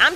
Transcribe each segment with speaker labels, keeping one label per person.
Speaker 1: I'm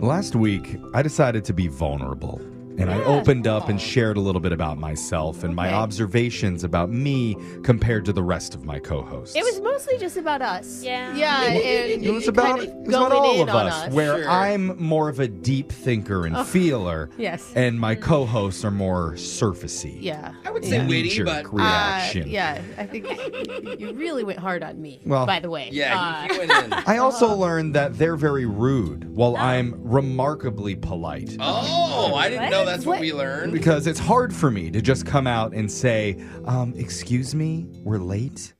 Speaker 2: Last week, I decided to be vulnerable. And I opened up and shared a little bit about myself and my
Speaker 3: Okay.
Speaker 2: observations about me compared to the rest of my co-hosts.
Speaker 3: It was mostly just about us. Yeah.
Speaker 4: Yeah, and
Speaker 2: It was about, it
Speaker 4: kinda
Speaker 2: was about
Speaker 4: going
Speaker 2: all
Speaker 4: in
Speaker 2: of
Speaker 4: on
Speaker 2: us, where I'm more of a deep thinker and feeler,
Speaker 3: Yes.
Speaker 2: and my co-hosts are more surfacey.
Speaker 3: Yeah.
Speaker 5: I would say witty,
Speaker 2: knee-jerk
Speaker 5: but
Speaker 4: Uh,
Speaker 2: reaction.
Speaker 3: yeah. I think you really went hard on me.
Speaker 2: Well-
Speaker 3: by the way.
Speaker 5: yeah,
Speaker 3: Uh,
Speaker 5: you, you went in.
Speaker 2: I also learned that they're very rude, while I'm remarkably polite.
Speaker 5: Oh, I didn't know
Speaker 3: What?
Speaker 5: that's what,
Speaker 3: What?
Speaker 5: we learned.
Speaker 2: Because it's hard for me to just come out and say, um, "Excuse me, we're late."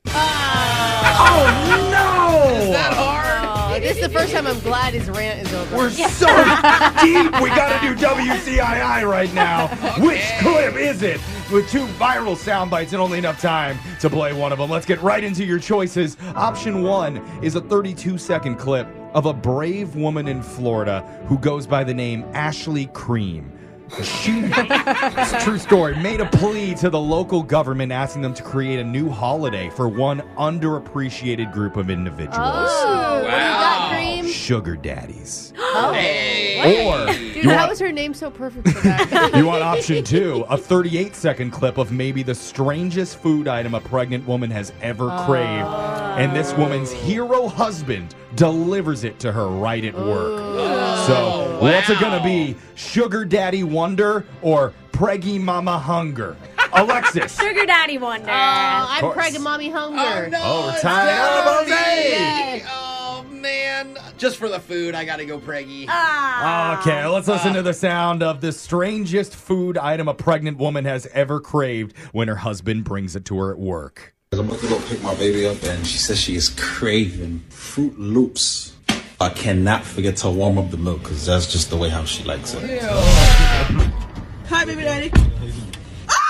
Speaker 2: oh no!
Speaker 5: That hard.
Speaker 3: oh, this is the first time I'm glad his rant is over.
Speaker 2: We're so deep. We got to do WCII right now. Which clip is it? With two viral sound bites and only enough time to play one of them. Let's get right into your choices. Option one is a 32 second clip of a brave woman in Florida who goes by the name Ashley Cream. She, it's a true story, made a plea to the local government asking them to create a new holiday for one underappreciated group of individuals
Speaker 3: Oh, what do you got,
Speaker 5: Wow.
Speaker 3: Cream?
Speaker 2: sugar daddies.
Speaker 3: Oh.
Speaker 2: Or
Speaker 3: Dude,
Speaker 2: you
Speaker 3: how
Speaker 2: want,
Speaker 3: was her name so perfect for that?
Speaker 2: you want option two, a 38 second clip of maybe the strangest food item a pregnant woman has ever craved.
Speaker 3: Oh.
Speaker 2: And this woman's hero husband delivers it to her right at work.
Speaker 5: Oh,
Speaker 2: so, what's it going to be? Sugar Daddy Wonder or Preggy Mama Hunger? Alexis.
Speaker 6: Sugar Daddy Wonder.
Speaker 3: Oh, I'm
Speaker 2: course.
Speaker 3: pregnant mommy hunger.
Speaker 5: Oh, no,
Speaker 2: Oh, we're
Speaker 5: it's
Speaker 2: tying up,
Speaker 5: Jose.
Speaker 2: Jose.
Speaker 5: Oh, man. Just for the food, I got to go preggy.
Speaker 2: Okay, let's listen to the sound of the strangest food item a pregnant woman has ever craved when her husband brings it to her at work.
Speaker 7: I'm about to go pick my baby up, and she says she is craving Fruit Loops. I cannot forget to warm up the milk because that's just the way how she likes it.
Speaker 4: Hi, baby daddy.
Speaker 2: Oh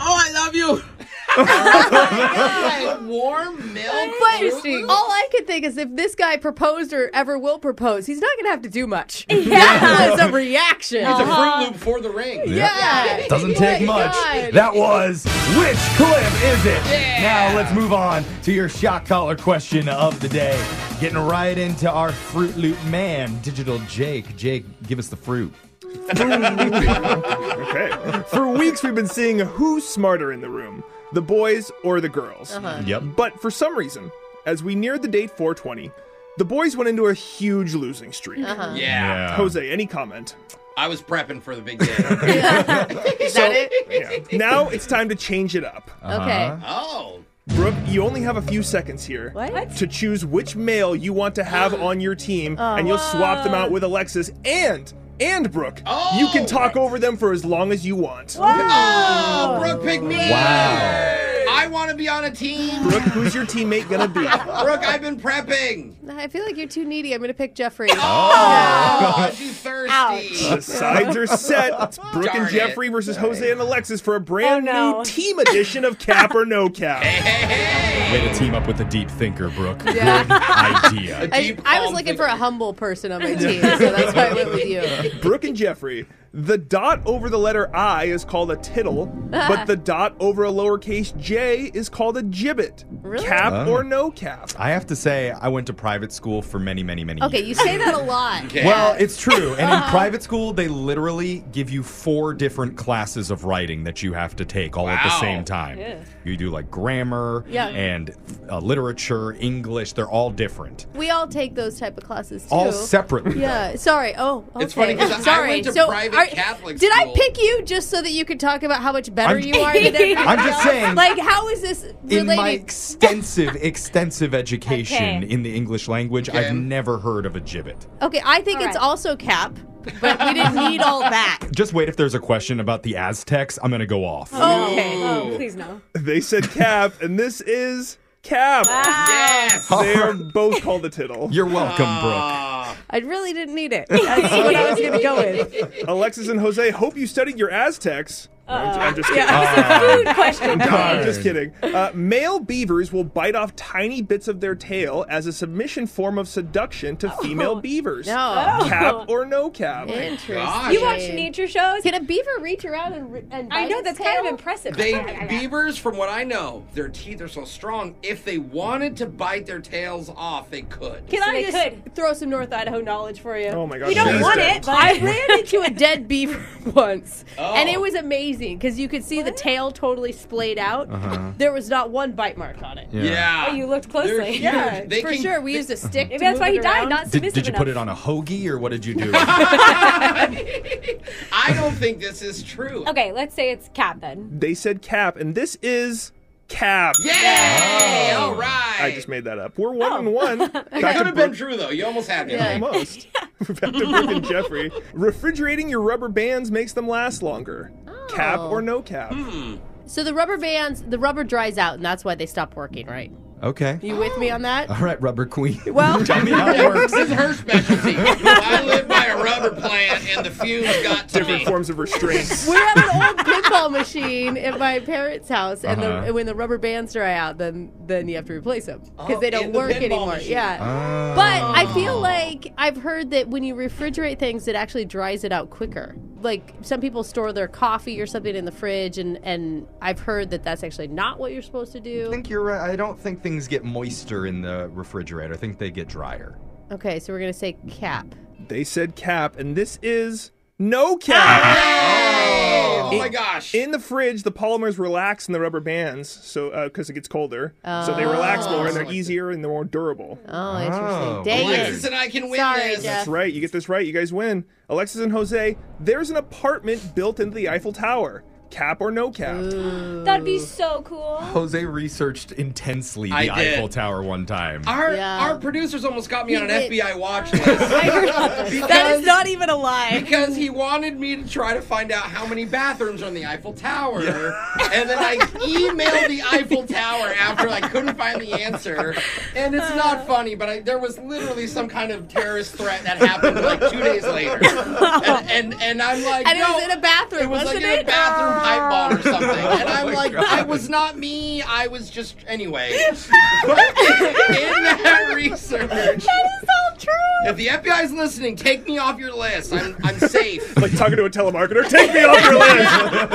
Speaker 2: Oh
Speaker 5: Like warm milk.
Speaker 3: But all I could think is if this guy proposed or ever will propose, he's not going to have to do much. That was a reaction.
Speaker 8: Uh-huh.
Speaker 5: It's a fruit loop for the ring.
Speaker 3: Yeah.
Speaker 2: Doesn't take
Speaker 3: Oh my
Speaker 2: much.
Speaker 3: God.
Speaker 2: That was which clip is it? Now let's move on to your shock collar question of the day. Getting right into our Fruit Loop man, Digital Jake. Jake, give us the fruit.
Speaker 5: okay. For weeks, we've been seeing who's smarter in the room, the boys or the girls.
Speaker 2: Uh-huh. Yep.
Speaker 5: But for some reason, as we neared the date 420, the boys went into a huge losing streak.
Speaker 2: Uh-huh. Yeah. Yeah.
Speaker 5: Jose, any comment?
Speaker 9: I was prepping for the big day.
Speaker 5: Is that it? now it's time to change it up.
Speaker 9: Okay. Oh.
Speaker 5: Brooke, you only have a few seconds here
Speaker 9: What?
Speaker 5: to choose which male you want to have on your team, and you'll swap them out with Alexis and and Brooke. You can talk over them for as long as you want.
Speaker 9: Oh, Brooke picked me.
Speaker 5: Wow.
Speaker 9: I want to be on a team.
Speaker 5: Brooke, who's your teammate gonna be?
Speaker 9: Brooke, I've been prepping.
Speaker 8: I feel like you're too needy. I'm going to pick Jeffrey.
Speaker 9: Oh, she's thirsty.
Speaker 5: The sides are set. It's Brooke
Speaker 9: Darn
Speaker 5: and
Speaker 9: it.
Speaker 5: Jeffrey versus Jose and Alexis for a brand new team edition of Cap or No Cap.
Speaker 2: Way to team up with a deep thinker, Brooke.
Speaker 8: Yeah.
Speaker 2: Good idea.
Speaker 8: I, I
Speaker 2: Oh,
Speaker 8: was looking for a humble person on my team, so that's why I went with you.
Speaker 5: Brooke and Jeffrey. The dot over the letter I is called a tittle, but the dot over a lowercase j is called a gibbet.
Speaker 8: Really?
Speaker 5: Cap
Speaker 2: Oh.
Speaker 5: or no cap?
Speaker 2: I have to say, I went to private school for many, many, many
Speaker 8: Okay, you say that a lot.
Speaker 2: Well, it's true. And in
Speaker 8: Uh-huh.
Speaker 2: private school, they literally give you four different classes of writing that you have to take all at the
Speaker 8: Wow.
Speaker 2: same time.
Speaker 8: Yeah.
Speaker 2: You do like grammar
Speaker 8: Yeah.
Speaker 2: and uh, literature, English. They're all different.
Speaker 8: We all take those type of classes too.
Speaker 2: All separately.
Speaker 8: Yeah. Sorry. Oh, okay.
Speaker 2: It's funny 'cause I- I
Speaker 8: sorry.
Speaker 2: went to
Speaker 8: so
Speaker 2: private
Speaker 8: are-
Speaker 2: Catholic
Speaker 8: Did I
Speaker 2: school.
Speaker 8: pick you just so that you could talk about how much better
Speaker 2: I'm-
Speaker 8: you are than everybody
Speaker 2: I'm just
Speaker 8: else?
Speaker 2: saying-
Speaker 8: Like, how is this
Speaker 2: In my
Speaker 8: related?
Speaker 2: extensive, extensive education
Speaker 8: Okay.
Speaker 2: in the English language,
Speaker 8: Okay.
Speaker 2: I've never heard of a gibbet.
Speaker 8: okay, I think it's also cap, but we didn't need all that.
Speaker 2: Just wait if there's a question about the Aztecs, I'm going to go off.
Speaker 8: Okay. Oh, please no.
Speaker 5: They said cap, and this is cap. Yes. They're both called a tittle.
Speaker 2: You're welcome, Brooke.
Speaker 8: I really didn't need it. That's what I was gonna go with.
Speaker 5: Alexis and Jose, hope you studied your Aztecs. No, I'm ju- I'm just kidding.
Speaker 8: Uh, Yeah, it was a food question.
Speaker 5: No, I'm just
Speaker 2: Darn.
Speaker 5: kidding. Uh, male beavers will bite off tiny bits of their tail as a submission form of seduction to female beavers.
Speaker 8: Oh, No. Oh.
Speaker 5: Cap or no cap?
Speaker 9: Interesting.
Speaker 10: You watch nature shows?
Speaker 8: Can a beaver reach around and, re- and
Speaker 10: I
Speaker 8: bite
Speaker 10: know
Speaker 8: its
Speaker 10: that's kind of
Speaker 8: tail?
Speaker 10: impressive.
Speaker 9: They beavers, from what I know, their teeth are so strong. If they wanted to bite their tails off, they could.
Speaker 8: Can I just throw some North Idaho knowledge for you?
Speaker 9: Oh my God,
Speaker 8: You don't
Speaker 9: please
Speaker 8: want
Speaker 9: do.
Speaker 8: it. But I ran into a dead beaver once, and
Speaker 2: Oh.
Speaker 8: it was amazing because you could see the tail totally splayed out.
Speaker 2: Uh-huh.
Speaker 8: There was not one bite mark on it.
Speaker 2: Yeah. Yeah.
Speaker 10: Oh, you looked closely.
Speaker 9: They're huge.
Speaker 8: Yeah,
Speaker 9: They
Speaker 8: for
Speaker 9: can-
Speaker 8: sure. We used a stick.
Speaker 10: Maybe
Speaker 8: to
Speaker 10: that's
Speaker 8: move
Speaker 10: why he
Speaker 8: it
Speaker 10: died,
Speaker 8: around.
Speaker 10: not
Speaker 2: Did, did you put it on a hoagie or what did you do?
Speaker 9: I don't think this is true.
Speaker 10: Okay, let's say it's cap then.
Speaker 5: They said cap, and this is cap.
Speaker 9: Yay! All right.
Speaker 5: I just made that up. We're one and one. Back to
Speaker 9: It could have
Speaker 5: Brooke-
Speaker 9: been true though. You almost had me.
Speaker 5: Almost. Back to Brooke and Jeffrey. Refrigerating your rubber bands makes them last longer. Cap or no cap?
Speaker 9: Oh.
Speaker 8: So the rubber bands, the rubber dries out, and that's why they stop working. Right?
Speaker 2: okay.
Speaker 8: You with me on that?
Speaker 2: All right, Rubber Queen.
Speaker 8: Well-
Speaker 2: tell me how it works.
Speaker 9: This is her specialty. I live by a rubber plant, and the fumes got to
Speaker 5: Different
Speaker 9: me.
Speaker 5: forms of restraints.
Speaker 8: We have an old pinball machine at my parents' house, and, the,
Speaker 2: Uh-huh.
Speaker 8: and when the rubber bands dry out, then then you have to replace them because
Speaker 9: Oh,
Speaker 8: they
Speaker 9: in
Speaker 8: don't
Speaker 9: the
Speaker 8: work
Speaker 9: pinball
Speaker 8: anymore.
Speaker 9: machine.
Speaker 8: Yeah.
Speaker 2: Ah.
Speaker 8: But I feel like I've heard that when you refrigerate things, it actually dries it out quicker. Like some people store their coffee or something in the fridge, and and I've heard that that's actually not what you're supposed to do.
Speaker 2: I think you're right. I don't think things get moister in the refrigerator. I think they get drier.
Speaker 8: Okay, so we're gonna say cap.
Speaker 5: They said cap, and this is no cap.
Speaker 9: Oh, my
Speaker 5: gosh! In the fridge, the polymers relax in the rubber bands, so because it gets colder, so they
Speaker 8: Oh.
Speaker 5: relax more and they're easier and they're more durable.
Speaker 8: Oh,
Speaker 9: interesting. Dang Alexis it. and I can win Sorry, this. Jeff.
Speaker 5: That's right. You get this right, you guys win. Alexis and Jose, there's an apartment built into the Eiffel Tower. Cap or no cap?
Speaker 10: That'd be so cool.
Speaker 2: Jose researched intensely the
Speaker 9: I did.
Speaker 2: Eiffel Tower one time.
Speaker 9: Our our producers almost got me
Speaker 8: He
Speaker 9: on an
Speaker 8: did.
Speaker 9: FBI watch list. that
Speaker 8: is not even a lie.
Speaker 9: Because he wanted me to try to find out how many bathrooms are in the Eiffel Tower, and then I emailed the Eiffel Tower after I couldn't find the answer. And it's
Speaker 8: Uh.
Speaker 9: not funny, but I, there was literally some kind of terrorist threat that happened like two days later, and and, and I'm like,
Speaker 8: and it
Speaker 9: no,
Speaker 8: was in a bathroom.
Speaker 9: it was like
Speaker 8: wasn't
Speaker 9: in a bathroom pipe bomb or something. And
Speaker 2: Oh
Speaker 9: I'm
Speaker 2: my
Speaker 9: like,
Speaker 2: God.
Speaker 9: that was not me. I was just anyway. But in that research, that is
Speaker 8: all true.
Speaker 9: If the FBI is listening, take me off your list. I'm I'm safe.
Speaker 5: like talking to a telemarketer. Take me off your list.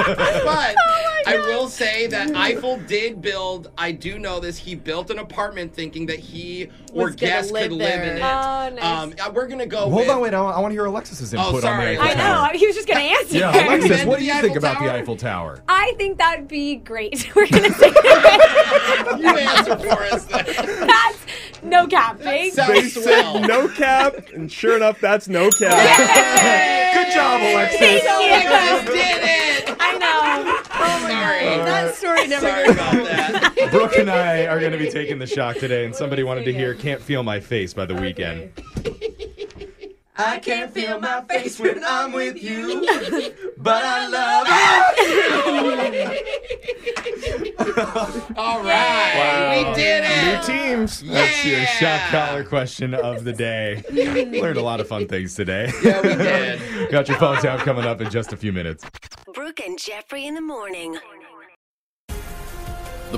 Speaker 9: But I
Speaker 11: I will say that Eiffel did build. I do know this. He built an apartment thinking that he or
Speaker 12: Was gonna
Speaker 11: guests
Speaker 12: live
Speaker 11: could live
Speaker 12: there.
Speaker 11: in it.
Speaker 12: Oh, nice.
Speaker 11: um, uh, we're gonna
Speaker 13: Oh,
Speaker 11: go.
Speaker 5: Hold
Speaker 11: with,
Speaker 5: on, wait. I want, I want to hear Alexis's
Speaker 11: Oh,
Speaker 5: input
Speaker 11: sorry.
Speaker 5: on the Eiffel
Speaker 11: I
Speaker 5: Tower.
Speaker 14: No, he was just gonna answer.
Speaker 5: Yeah, Alexis,
Speaker 11: Been
Speaker 5: what
Speaker 11: to
Speaker 5: do you
Speaker 11: the
Speaker 5: think
Speaker 11: Eiffel
Speaker 5: about the Eiffel Tower?
Speaker 14: I think that'd be great. We're gonna
Speaker 11: you answer for us.
Speaker 14: That's no cap, Jake.
Speaker 13: They said no cap, and sure enough, that's no cap. Good job,
Speaker 14: Thank
Speaker 13: Alexis.
Speaker 14: you.
Speaker 11: did it.
Speaker 14: I know.
Speaker 11: Sorry.
Speaker 12: That story never
Speaker 11: Sorry about that.
Speaker 5: Brooke and I are going to be taking the shock today, and somebody wanted to hear "Can't Feel My Face" by the Weekend.
Speaker 11: I can't feel my face when I'm with you, but I love you. All right, we did it.
Speaker 5: New teams. That's your shock collar question of the day. Learned a lot of fun things today. Yeah, we did. Got your phone tab coming up in just a few minutes.
Speaker 15: Brooke and Jeffrey in the morning.
Speaker 9: The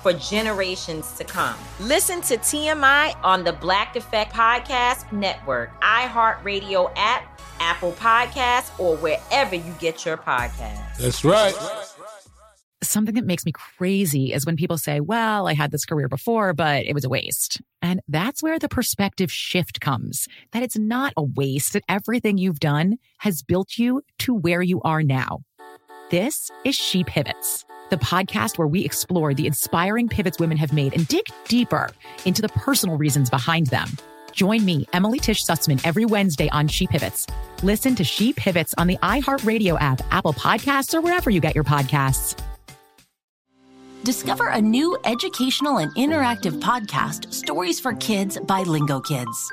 Speaker 1: for generations to come. Listen to TMI on the Black Effect Podcast Network, iHeartRadio app, Apple Podcasts, or wherever you get your podcasts.
Speaker 16: That's right.
Speaker 2: Something that makes me crazy is when people say, well, I had this career before, but it was a waste. And that's where the perspective shift comes that it's not a waste, that everything you've done has built you to where you are now. This is She Pivots, the podcast where we explore the inspiring pivots women have made and dig deeper into the personal reasons behind them. Join me, Emily Tish Sussman, every Wednesday on She Pivots. Listen to She Pivots on the iHeartRadio app, Apple Podcasts, or wherever you get your podcasts.
Speaker 8: Discover a new educational and interactive podcast, Stories for Kids by Lingo Kids.